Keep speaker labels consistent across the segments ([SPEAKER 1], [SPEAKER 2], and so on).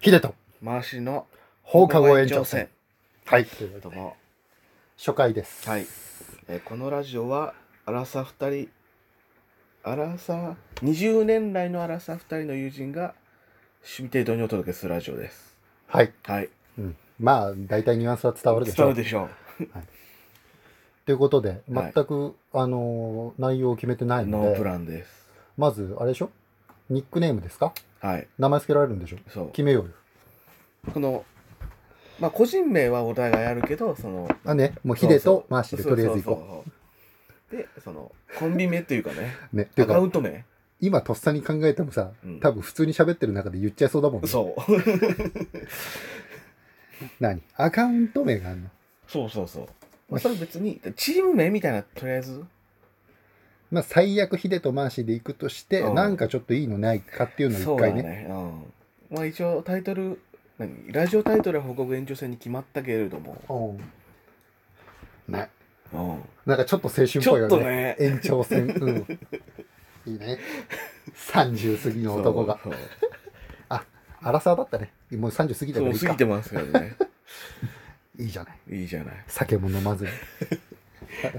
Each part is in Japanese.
[SPEAKER 1] ヒデと
[SPEAKER 2] 回しの
[SPEAKER 1] 放課後延長戦。はい、というこ
[SPEAKER 2] ど
[SPEAKER 1] と
[SPEAKER 2] う
[SPEAKER 1] で
[SPEAKER 2] も、
[SPEAKER 1] 初回です。
[SPEAKER 2] はい、えーこのラジオは荒さ二人荒さ20年来の荒さ二人の友人が趣味程度にお届けするラジオです
[SPEAKER 1] はい、
[SPEAKER 2] はい
[SPEAKER 1] うん、まあ大体ニュアンスは伝わるでし
[SPEAKER 2] 伝
[SPEAKER 1] ょ
[SPEAKER 2] わ
[SPEAKER 1] う。
[SPEAKER 2] るでしょ
[SPEAKER 1] ということで
[SPEAKER 2] はい
[SPEAKER 1] 全く、あのー内容を決めてな
[SPEAKER 2] う
[SPEAKER 1] い
[SPEAKER 2] ノ
[SPEAKER 1] の
[SPEAKER 2] ープ
[SPEAKER 1] で
[SPEAKER 2] ランです
[SPEAKER 1] まずあれでしょニックネームですか
[SPEAKER 2] はい
[SPEAKER 1] 名前付けられるんでしょ
[SPEAKER 2] そう
[SPEAKER 1] 決めようよ。
[SPEAKER 2] このまあ個人名はお互いあるけどその
[SPEAKER 1] あねもうヒデとマーシ
[SPEAKER 2] そ
[SPEAKER 1] ーでと
[SPEAKER 2] う
[SPEAKER 1] りあえず行こう。
[SPEAKER 2] そうそうそうでそのコンビ名っていうかね
[SPEAKER 1] ね ってい
[SPEAKER 2] ア
[SPEAKER 1] う
[SPEAKER 2] カウ
[SPEAKER 1] か
[SPEAKER 2] ント名
[SPEAKER 1] 今とっさに考えてもさ、
[SPEAKER 2] うん
[SPEAKER 1] 多分普通に喋ってる中で言っちゃいそうだもんね。
[SPEAKER 2] そう
[SPEAKER 1] 何アカウント名があるの
[SPEAKER 2] そうそうそうまあそれ別にチーム名みたいなとりあえず
[SPEAKER 1] まあ最悪ヒデとマーシーで行くとして、
[SPEAKER 2] うん
[SPEAKER 1] なんかちょっといいのないかっていうのを
[SPEAKER 2] そ
[SPEAKER 1] 一
[SPEAKER 2] うだ
[SPEAKER 1] 回ね
[SPEAKER 2] うん、まあ一応タイトル何ラジオタイトルは報告延長戦に決まったけれども、
[SPEAKER 1] うんね
[SPEAKER 2] う
[SPEAKER 1] なんかちょっと青春っぽい
[SPEAKER 2] ん、ちょ
[SPEAKER 1] よね
[SPEAKER 2] っとね
[SPEAKER 1] 延長戦、うん、 いいね30過ぎの男が
[SPEAKER 2] そう
[SPEAKER 1] アラサーだったねもう30過ぎた
[SPEAKER 2] そ
[SPEAKER 1] か
[SPEAKER 2] う
[SPEAKER 1] らいい
[SPEAKER 2] そ
[SPEAKER 1] か
[SPEAKER 2] う過ぎてますけどね
[SPEAKER 1] いいじゃない
[SPEAKER 2] いいじゃない
[SPEAKER 1] 酒も飲まずに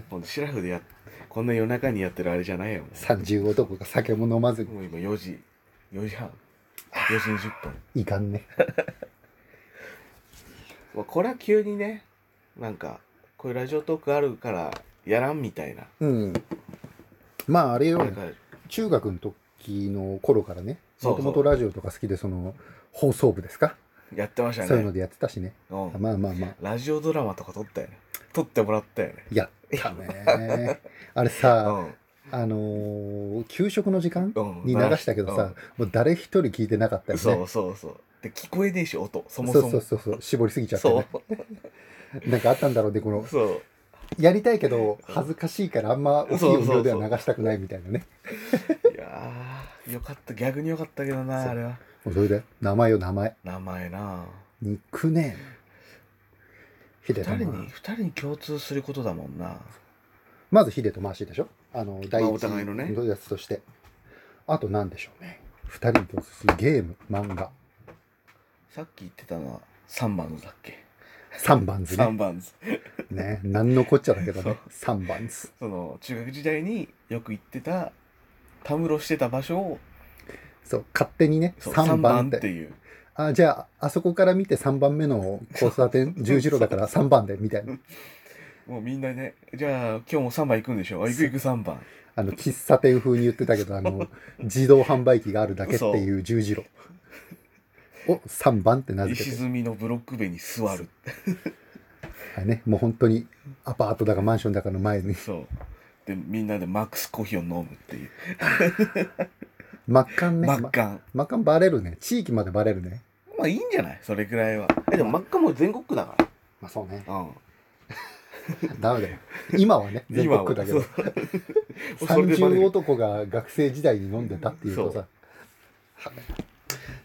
[SPEAKER 2] もうシラフでやこんな夜中にやってるあれじゃないよも
[SPEAKER 1] 30男が酒も飲まず
[SPEAKER 2] う
[SPEAKER 1] に
[SPEAKER 2] もう今4時4時半4時20分
[SPEAKER 1] いかんね
[SPEAKER 2] まあこれは急にねなんかこういうラジオトークあるからやらんみたいな
[SPEAKER 1] うんまああれよ
[SPEAKER 2] これ
[SPEAKER 1] ね
[SPEAKER 2] から
[SPEAKER 1] 中学の時の頃からね
[SPEAKER 2] そ
[SPEAKER 1] も
[SPEAKER 2] うそ
[SPEAKER 1] と
[SPEAKER 2] う
[SPEAKER 1] もとラジオとか好きでその放送部ですか
[SPEAKER 2] やってました
[SPEAKER 1] そういうの
[SPEAKER 2] ね
[SPEAKER 1] でやってたしね
[SPEAKER 2] うん
[SPEAKER 1] まあまあまあ
[SPEAKER 2] ラジオドラマとか撮ったよね撮ってもらったよね
[SPEAKER 1] やった ねあれさ、
[SPEAKER 2] う
[SPEAKER 1] あのー給食の時間
[SPEAKER 2] んうん
[SPEAKER 1] に流したけど
[SPEAKER 2] うん
[SPEAKER 1] さ、もう誰一人聞いてなかったよね。
[SPEAKER 2] そうそうそう。で、聞こえねえし、音、そも
[SPEAKER 1] そ
[SPEAKER 2] そう
[SPEAKER 1] そ
[SPEAKER 2] も
[SPEAKER 1] う。そうそう、絞りすぎちゃって
[SPEAKER 2] そ
[SPEAKER 1] ね
[SPEAKER 2] う。。
[SPEAKER 1] なんかあったんだろうね、この、
[SPEAKER 2] そう。
[SPEAKER 1] やりたいけど、恥ずかしいからあんま大きい音量では流したくないみたいなね。
[SPEAKER 2] いやー、よかった。逆によかったけど
[SPEAKER 1] そう
[SPEAKER 2] な、あれは。
[SPEAKER 1] もうそれで、名前よ、名前。
[SPEAKER 2] 名前な。
[SPEAKER 1] ニックネーム。ヒデ
[SPEAKER 2] 二
[SPEAKER 1] とマ
[SPEAKER 2] 人
[SPEAKER 1] ー
[SPEAKER 2] に、二人に共通することだもんな。
[SPEAKER 1] まずヒデとマーシーでしょあの、第一
[SPEAKER 2] お互いのね
[SPEAKER 1] やつとして。あと何でしょうね。二人に共通するゲーム、漫画。
[SPEAKER 2] さっき言ってたのは、三番ズだっけ
[SPEAKER 1] 三番図ね。
[SPEAKER 2] 三番ズ。
[SPEAKER 1] ね。なんのこっちゃだけど
[SPEAKER 2] そ
[SPEAKER 1] ね
[SPEAKER 2] う。
[SPEAKER 1] 三番図。
[SPEAKER 2] その、中学時代によく行ってた、たむろしてた場所を、
[SPEAKER 1] そう、勝手にね、
[SPEAKER 2] そう
[SPEAKER 1] 3番っ
[SPEAKER 2] 三
[SPEAKER 1] て。
[SPEAKER 2] っていう。
[SPEAKER 1] あ、じゃあ、あそこから見て3番目の交差点、十字路だから3番で、みたいな。
[SPEAKER 2] もうみんなね、じゃあ今日も3番行くんでしょあ行く行く3番。
[SPEAKER 1] あの、喫茶店風に言ってたけど、あの、自動販売機があるだけっていう十字路を3番って名付け
[SPEAKER 2] 石
[SPEAKER 1] て。
[SPEAKER 2] 積みのブロック塀に座る。
[SPEAKER 1] はいね、もう本当にアパートだかマンションだかの前に、
[SPEAKER 2] そう。で、みんなでマックスコーヒーを飲むっていう。
[SPEAKER 1] 真っ赤ね。
[SPEAKER 2] マ
[SPEAKER 1] ま
[SPEAKER 2] ッカン。
[SPEAKER 1] 真っ赤バレるね。地域までバレるね。
[SPEAKER 2] まあいいんじゃないそれくらいは。え、でも真っ赤も全国区だか
[SPEAKER 1] まあそうね。
[SPEAKER 2] ら。うん。
[SPEAKER 1] ダメだよ。今はね、全国区だけど
[SPEAKER 2] 今。 はそう それでバ
[SPEAKER 1] 30
[SPEAKER 2] レる
[SPEAKER 1] 男が学生時代に飲んでたっていうとさ、は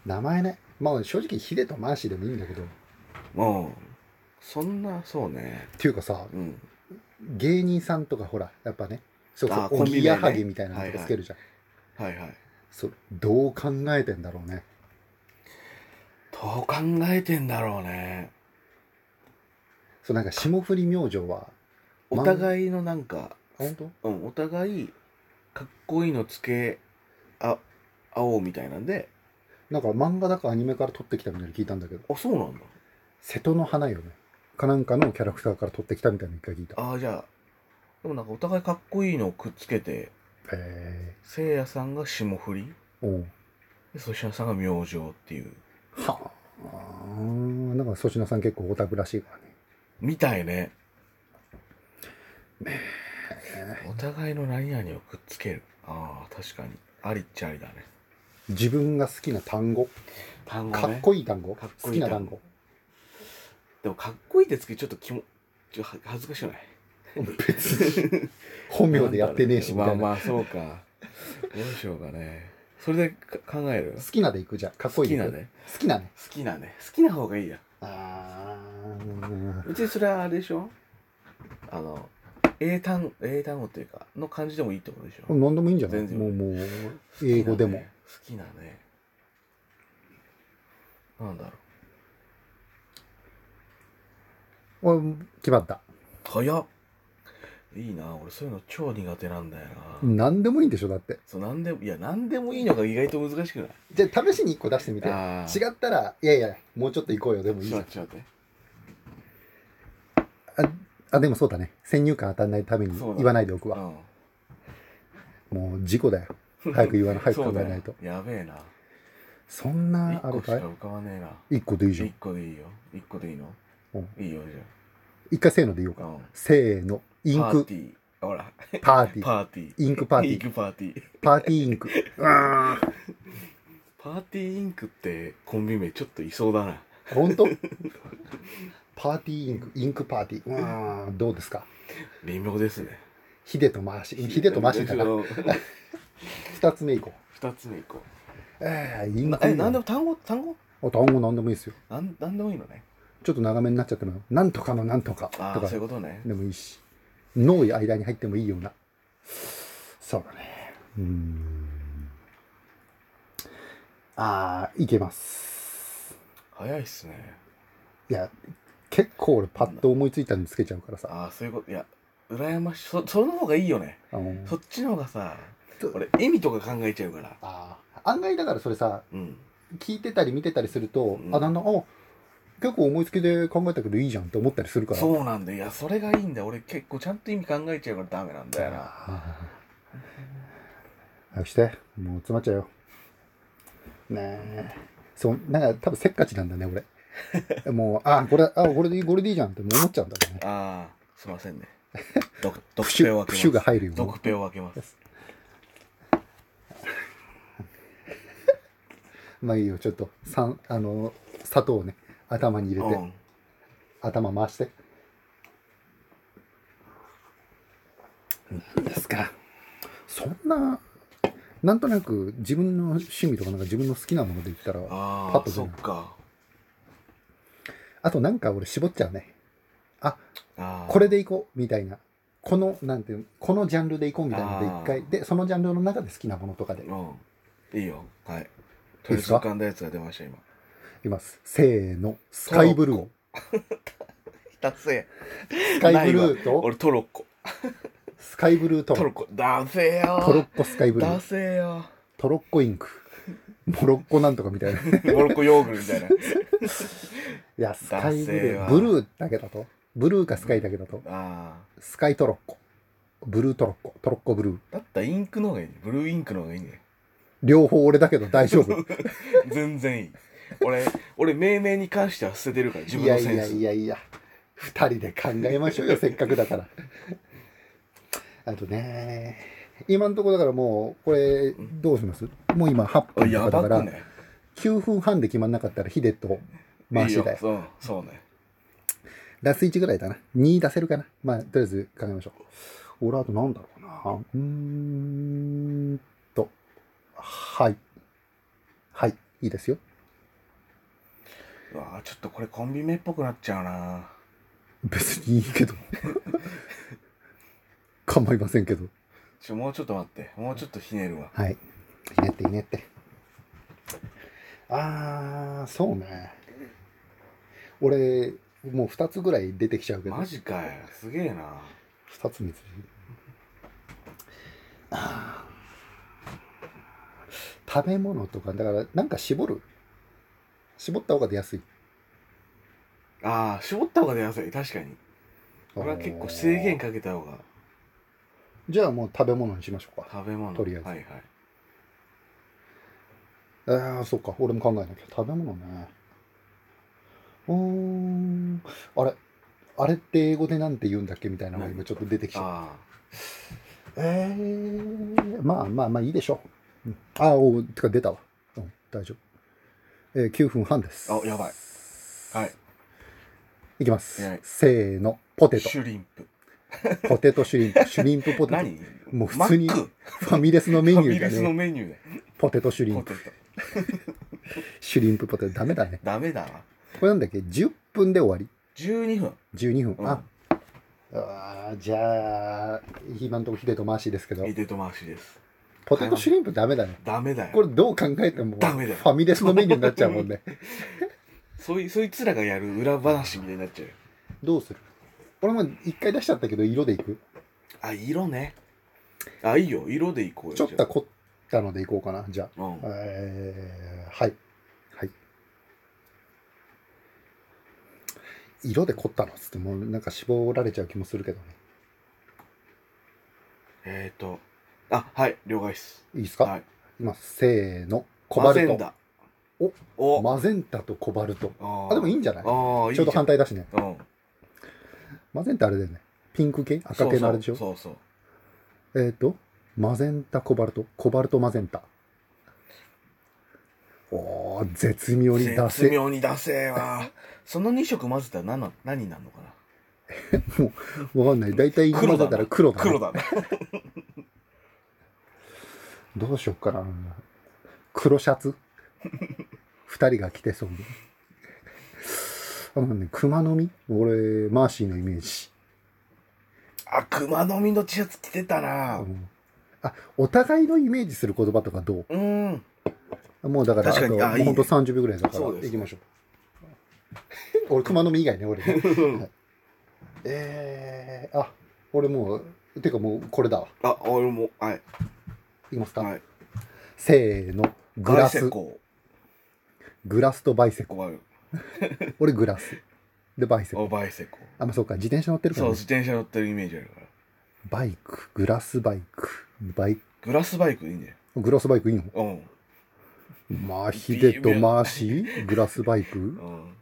[SPEAKER 1] 名前ね、まあ正直ヒデとマーシーでもいいんだけど、っ
[SPEAKER 2] うん。そんな、そうね。
[SPEAKER 1] ていうかさ、
[SPEAKER 2] うん。
[SPEAKER 1] 芸人さんとかほら、やっぱね、そうそ
[SPEAKER 2] あ
[SPEAKER 1] う
[SPEAKER 2] ー、
[SPEAKER 1] お
[SPEAKER 2] コンビ名
[SPEAKER 1] ぎ
[SPEAKER 2] ね
[SPEAKER 1] やはぎみたいなのとかつけるじゃん。
[SPEAKER 2] はいはい。
[SPEAKER 1] そうどう考えてんだろうね。
[SPEAKER 2] どう考えてんだろうね。
[SPEAKER 1] そうなんか霜降り明星は、
[SPEAKER 2] お互いのなんか、
[SPEAKER 1] 本当
[SPEAKER 2] うん、お互い、かっこいいのつけ、あ、合おうみたいなんで、
[SPEAKER 1] なんか漫画だかアニメから撮ってきたみたいに聞いたんだけど、
[SPEAKER 2] あ、そうなんだ。
[SPEAKER 1] 瀬戸の花よね。かなんかのキャラクターから撮ってきたみたいなの一回聞いた。
[SPEAKER 2] ああ、じゃあ、でもなんかお互いかっこいいのをくっつけて、
[SPEAKER 1] へ
[SPEAKER 2] せいやさんが霜降り、
[SPEAKER 1] えおう
[SPEAKER 2] で粗品さんが明星っていう。
[SPEAKER 1] はあ。なんか粗品さん結構オタクらしいからね。
[SPEAKER 2] みたいね。お互いの何々をくっつける。ああ、確かに。ありっちゃありだね。
[SPEAKER 1] 自分が好きな単語、
[SPEAKER 2] 単語
[SPEAKER 1] か
[SPEAKER 2] ね
[SPEAKER 1] っ。こいい単語、
[SPEAKER 2] かっ
[SPEAKER 1] 好
[SPEAKER 2] こい
[SPEAKER 1] き
[SPEAKER 2] い
[SPEAKER 1] な
[SPEAKER 2] 単
[SPEAKER 1] 単
[SPEAKER 2] 語
[SPEAKER 1] 語。
[SPEAKER 2] でもかっこいいってつけちょっときも、ちょっとは恥ずかしくない。
[SPEAKER 1] 別に本名でやってねえしみ
[SPEAKER 2] ま
[SPEAKER 1] た
[SPEAKER 2] あ
[SPEAKER 1] いな。
[SPEAKER 2] まあ、そうか。どうしようかね。それでか考える
[SPEAKER 1] 好きなでいくじゃん。かっこ
[SPEAKER 2] 好
[SPEAKER 1] いい
[SPEAKER 2] き
[SPEAKER 1] で
[SPEAKER 2] ない
[SPEAKER 1] く
[SPEAKER 2] ね。
[SPEAKER 1] 好きなね。
[SPEAKER 2] 好きなね。好きな方がいいや。
[SPEAKER 1] あー
[SPEAKER 2] うちそれはあれでしょあの、英単、英単語っていうか、の漢字でもいいってことでしょ
[SPEAKER 1] 何でもいいんじゃない
[SPEAKER 2] 全然
[SPEAKER 1] もうもう英語でも、
[SPEAKER 2] 好きなね。好きなね。なんだろう
[SPEAKER 1] お決まった。
[SPEAKER 2] 早っいいな俺そういうの超苦手なんだよな、
[SPEAKER 1] 何でもいいんでしょ、だって。
[SPEAKER 2] そうなんでもいや何でもいいのが意外と難しくない
[SPEAKER 1] じゃあ、試しに1個出してみて。違
[SPEAKER 2] あー
[SPEAKER 1] ったら、いやいや、もうちょっと行こうよ、でもいい
[SPEAKER 2] ち
[SPEAKER 1] じ
[SPEAKER 2] ょ
[SPEAKER 1] ゃ
[SPEAKER 2] っ
[SPEAKER 1] ん。
[SPEAKER 2] と待って
[SPEAKER 1] あ、でもそうだね。先入観当たらないために
[SPEAKER 2] そうだ
[SPEAKER 1] 言わないでおく
[SPEAKER 2] ちょっと
[SPEAKER 1] わ。
[SPEAKER 2] 待って
[SPEAKER 1] もう事故だよ。早く言わない、早く
[SPEAKER 2] そう
[SPEAKER 1] 考
[SPEAKER 2] だ
[SPEAKER 1] え
[SPEAKER 2] よ
[SPEAKER 1] ないと。
[SPEAKER 2] やべえな
[SPEAKER 1] そんな、あ
[SPEAKER 2] 1
[SPEAKER 1] れ
[SPEAKER 2] 個し
[SPEAKER 1] か
[SPEAKER 2] か
[SPEAKER 1] い
[SPEAKER 2] 浮かばねえな
[SPEAKER 1] ?1 個でいいじゃん
[SPEAKER 2] 1。個でいいよ1個でいいの
[SPEAKER 1] うん
[SPEAKER 2] いいよじ
[SPEAKER 1] 一回せーので言おう
[SPEAKER 2] ゃ
[SPEAKER 1] か。
[SPEAKER 2] あ、うん、
[SPEAKER 1] せーの。イン
[SPEAKER 2] パー
[SPEAKER 1] ク
[SPEAKER 2] テ、ィーほら
[SPEAKER 1] パーティー。
[SPEAKER 2] パーティー
[SPEAKER 1] インクパーティ
[SPEAKER 2] イン
[SPEAKER 1] ー。
[SPEAKER 2] クパーティー
[SPEAKER 1] パーティーインク。うー ん。
[SPEAKER 2] パーティーインクってコンビ名ちょっといそうだな
[SPEAKER 1] ほんとパーティーインク。インクパーティー。うーん。どうですか
[SPEAKER 2] 微妙ですね
[SPEAKER 1] ヒデと回し。ヒデと回しだな。二つ目いこう。
[SPEAKER 2] 2つ目いこう
[SPEAKER 1] えー、イン
[SPEAKER 2] な
[SPEAKER 1] ク。
[SPEAKER 2] え何でも単語単語
[SPEAKER 1] あ単語なんでもいいですよ。
[SPEAKER 2] なんなんでもいいのね
[SPEAKER 1] ちょっと長めになっちゃってもよ、なんとかのなんとかと
[SPEAKER 2] あ
[SPEAKER 1] か
[SPEAKER 2] あそういうことね
[SPEAKER 1] でもいいし、脳い間に入ってもいいような。そうだね。うーん。ああ、いけます。
[SPEAKER 2] 早いっすね
[SPEAKER 1] いや、結構俺パッと思いついたのにつけちゃうからさ。
[SPEAKER 2] ああそういうこといや羨ましいそその方がいいよね
[SPEAKER 1] あの
[SPEAKER 2] そっちの方がさ
[SPEAKER 1] と
[SPEAKER 2] 俺意味とか考えちゃうから
[SPEAKER 1] あー案外だからそれさ、
[SPEAKER 2] うん
[SPEAKER 1] 聞いてたり見てたりすると、
[SPEAKER 2] うん
[SPEAKER 1] あ、なんだ、あ結構思いつきで考えたけどいいじゃんって思ったりするから。
[SPEAKER 2] そうなんだよいやそれがいいんだよ俺結構ちゃんと意味考えちゃうからダメなんだよな
[SPEAKER 1] あ あ早くしてもう詰まっちゃうよねえそうなんか多分せっかちなんだね 俺もうあこれあこれでいいこれでいいじゃんってもう思っちゃうんだろうね
[SPEAKER 2] ああすいませ んねど
[SPEAKER 1] プ
[SPEAKER 2] 毒
[SPEAKER 1] シ
[SPEAKER 2] ペを
[SPEAKER 1] ュ
[SPEAKER 2] 開け
[SPEAKER 1] プ
[SPEAKER 2] ます
[SPEAKER 1] シュが入るよね
[SPEAKER 2] 毒ペを開けます
[SPEAKER 1] まあいいよちょっとさんあの砂糖をね頭に入れて、
[SPEAKER 2] うん
[SPEAKER 1] 頭回して何ですかそんななんとなく自分の趣味とかなんか自分の好きなもので言ったらパ
[SPEAKER 2] あ
[SPEAKER 1] ッと
[SPEAKER 2] あ
[SPEAKER 1] 出
[SPEAKER 2] そ
[SPEAKER 1] る
[SPEAKER 2] っか
[SPEAKER 1] あとなんか俺絞っちゃうね
[SPEAKER 2] あー
[SPEAKER 1] これでいこうみたいなこのなんていうのこのジャンルでいこうみたいなので
[SPEAKER 2] あー
[SPEAKER 1] 一回でそのジャンルの中で好きなものとかで
[SPEAKER 2] うんいいよはい
[SPEAKER 1] いっ
[SPEAKER 2] とりあえ
[SPEAKER 1] す
[SPEAKER 2] ず
[SPEAKER 1] か
[SPEAKER 2] 浮かんだやつが出ました今
[SPEAKER 1] いますせーのスカイブルー
[SPEAKER 2] 2つや
[SPEAKER 1] スカイブルーと
[SPEAKER 2] 俺トロッコ
[SPEAKER 1] スカイブルーと
[SPEAKER 2] トロッコだせよ
[SPEAKER 1] トロッコスカイブル
[SPEAKER 2] だ
[SPEAKER 1] ー
[SPEAKER 2] せよ
[SPEAKER 1] トロッコインクモロッコなんとかみたいない
[SPEAKER 2] モロッコヨーグルみたいな
[SPEAKER 1] やスカイブ
[SPEAKER 2] ダセ
[SPEAKER 1] ル
[SPEAKER 2] ー
[SPEAKER 1] ー
[SPEAKER 2] わ
[SPEAKER 1] ブルーだけだとブルーかスカイだけだと
[SPEAKER 2] あ
[SPEAKER 1] スカイトロッコブルートロッコトロッコブルー
[SPEAKER 2] ーだったらインクの方がいいねブルーインクの方がいいね
[SPEAKER 1] 両方俺だけど大 丈夫
[SPEAKER 2] 全然いい俺俺命名に関しては捨ててるから自
[SPEAKER 1] い
[SPEAKER 2] 分の
[SPEAKER 1] や
[SPEAKER 2] セン
[SPEAKER 1] い
[SPEAKER 2] ス
[SPEAKER 1] やいやいや二人で考えましょ うよせっかくだからあとね今のところだからもうこれどうしますもう今8分
[SPEAKER 2] や
[SPEAKER 1] とか
[SPEAKER 2] ば
[SPEAKER 1] だから、
[SPEAKER 2] くね
[SPEAKER 1] 9分半で決まんなかったらヒデと回しだ
[SPEAKER 2] いい
[SPEAKER 1] よ
[SPEAKER 2] そうそうね
[SPEAKER 1] ラス1ぐらいだな2出せるかなまあとりあえず考えましょう俺あとなんだろうなうーんとはいはいいいですよ
[SPEAKER 2] うわーちょっとこれコンビ名っぽくなっちゃうな
[SPEAKER 1] 別にいいけど 構いませんけど
[SPEAKER 2] ちょもうちょっと待ってもうちょっとひねるわ
[SPEAKER 1] はい。ひねってひねって。あー、そうね。俺、もう2つぐらい出てきちゃうけど、
[SPEAKER 2] マジかよすげえな
[SPEAKER 1] 2つ3つ。あー食べ物とか、だから、なんか絞る。絞った方が出やすい。
[SPEAKER 2] ああ絞った方が出やすい確かに俺は結構制限かけた方が
[SPEAKER 1] じゃあもう食べ物にしましょうか。
[SPEAKER 2] 食べ物
[SPEAKER 1] とりあえず
[SPEAKER 2] はいはい
[SPEAKER 1] ああ、そっか。俺も考えなきゃ。食べ物ね。うーん。あれあれって英語でなんて言うんだっけみたいなのが今ちょっと出てきちゃう。
[SPEAKER 2] あ
[SPEAKER 1] えー、まあまあまあいいでしょう。うんああ、おうてか出たわ。うん、大丈夫。えー、9分半です。
[SPEAKER 2] あやばい。あはい
[SPEAKER 1] いきます
[SPEAKER 2] はい。
[SPEAKER 1] せーの。ポテト。
[SPEAKER 2] シュリンプ
[SPEAKER 1] ポテトシュリンプ。シュリンプポテト。
[SPEAKER 2] 何
[SPEAKER 1] もう普通に
[SPEAKER 2] マック
[SPEAKER 1] ファミレスのメ
[SPEAKER 2] フ
[SPEAKER 1] ニュ
[SPEAKER 2] ァミ
[SPEAKER 1] ー
[SPEAKER 2] レ
[SPEAKER 1] だ
[SPEAKER 2] スの
[SPEAKER 1] ね。
[SPEAKER 2] メニュー
[SPEAKER 1] ポテトシュリ
[SPEAKER 2] で
[SPEAKER 1] ン
[SPEAKER 2] ポ
[SPEAKER 1] プ。
[SPEAKER 2] テト
[SPEAKER 1] シュリンプポテト。ダメだね。
[SPEAKER 2] ダメだな
[SPEAKER 1] これなんだっけ ?10 分で終わり。
[SPEAKER 2] 12分
[SPEAKER 1] 12分。
[SPEAKER 2] うん
[SPEAKER 1] ああーじゃあ今んとこヒデとマーシーですけど
[SPEAKER 2] リテト回しです
[SPEAKER 1] ポテトシュリンプダメだね
[SPEAKER 2] ダメだよ
[SPEAKER 1] これどう考えても
[SPEAKER 2] ダメだよ
[SPEAKER 1] ファミレスのメニューになっちゃうもんね
[SPEAKER 2] そういそいつらがやる裏話みたいになっちゃうよ
[SPEAKER 1] どうする俺も一回出しちゃったけど、色でいく。
[SPEAKER 2] あ色ねあいいよ色でいこうよ
[SPEAKER 1] ちょっと凝ったのでいこうかな、じゃ
[SPEAKER 2] じゃあうん
[SPEAKER 1] あ。えー、はい。はい。色で凝ったのっつって、もうなんか絞られちゃう気もするけどね。
[SPEAKER 2] えっ、ー、とあはい了解です
[SPEAKER 1] いいですか、
[SPEAKER 2] はい
[SPEAKER 1] 今、せーの。コバル
[SPEAKER 2] マゼン
[SPEAKER 1] ト。
[SPEAKER 2] ダ
[SPEAKER 1] お
[SPEAKER 2] お
[SPEAKER 1] マゼンタとコバルト。
[SPEAKER 2] あ
[SPEAKER 1] あ、でもいい
[SPEAKER 2] い
[SPEAKER 1] んじゃない
[SPEAKER 2] ああいい
[SPEAKER 1] ちょうど反対だしね。
[SPEAKER 2] 対、うん、
[SPEAKER 1] マゼンタあれだよね。ピンク系赤系のあれでしょ
[SPEAKER 2] そうそうそうそう
[SPEAKER 1] えっ、と、マゼンタ、コバルト、コバルト、マゼンタ。おー、絶妙に出
[SPEAKER 2] 絶
[SPEAKER 1] せ。
[SPEAKER 2] 妙に出せはその2色混ぜたら何な何になるのかな
[SPEAKER 1] わかんない。だいたい混ぜたら黒だ,、ね、
[SPEAKER 2] 黒だ ね
[SPEAKER 1] どうしよっかな。黒シャツ 二人が着てそうに。あのね、熊の実俺、マーシーのイメージ。
[SPEAKER 2] あ熊の実の T シャツ着てたな
[SPEAKER 1] うんあ、お互いのイメージする言葉とかど
[SPEAKER 2] うん
[SPEAKER 1] うもうだから、
[SPEAKER 2] 確かに
[SPEAKER 1] あと
[SPEAKER 2] あいいね
[SPEAKER 1] もうほんと30秒ぐらいだから、
[SPEAKER 2] そ
[SPEAKER 1] 行
[SPEAKER 2] うです
[SPEAKER 1] き
[SPEAKER 2] ね
[SPEAKER 1] ましょう。 俺、熊の実以外ね、俺ね。えー、あ、俺もう、てかもうこれだわ。
[SPEAKER 2] あ俺もはい
[SPEAKER 1] いきますか。
[SPEAKER 2] はい
[SPEAKER 1] せーの。グ
[SPEAKER 2] バ
[SPEAKER 1] ラ
[SPEAKER 2] イセ
[SPEAKER 1] ス。
[SPEAKER 2] コ
[SPEAKER 1] グラスとバイセコ。
[SPEAKER 2] 困る
[SPEAKER 1] 俺グラス。で、バイセコ。
[SPEAKER 2] おバイセコ
[SPEAKER 1] あ、まあ、そうか。自転車乗ってるか
[SPEAKER 2] そう
[SPEAKER 1] ら、ね
[SPEAKER 2] 自。転車乗ってるイメージあるから
[SPEAKER 1] バイク。グラスバイク。バイ
[SPEAKER 2] グラスバイクいいね
[SPEAKER 1] グラスバイクいいの
[SPEAKER 2] うん
[SPEAKER 1] まあ、ヒデとマーシー、グラスバイク
[SPEAKER 2] う。ん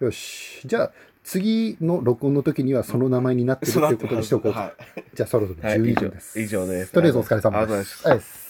[SPEAKER 1] よし。じゃあ、次の録音の時にはその名前になってるっていうことにしておこうか。
[SPEAKER 2] はい
[SPEAKER 1] じゃあ、そろそろ
[SPEAKER 2] はい
[SPEAKER 1] 12分です。
[SPEAKER 2] 以上以上です
[SPEAKER 1] とりあえずお疲れ様
[SPEAKER 2] ありがとうございま
[SPEAKER 1] です。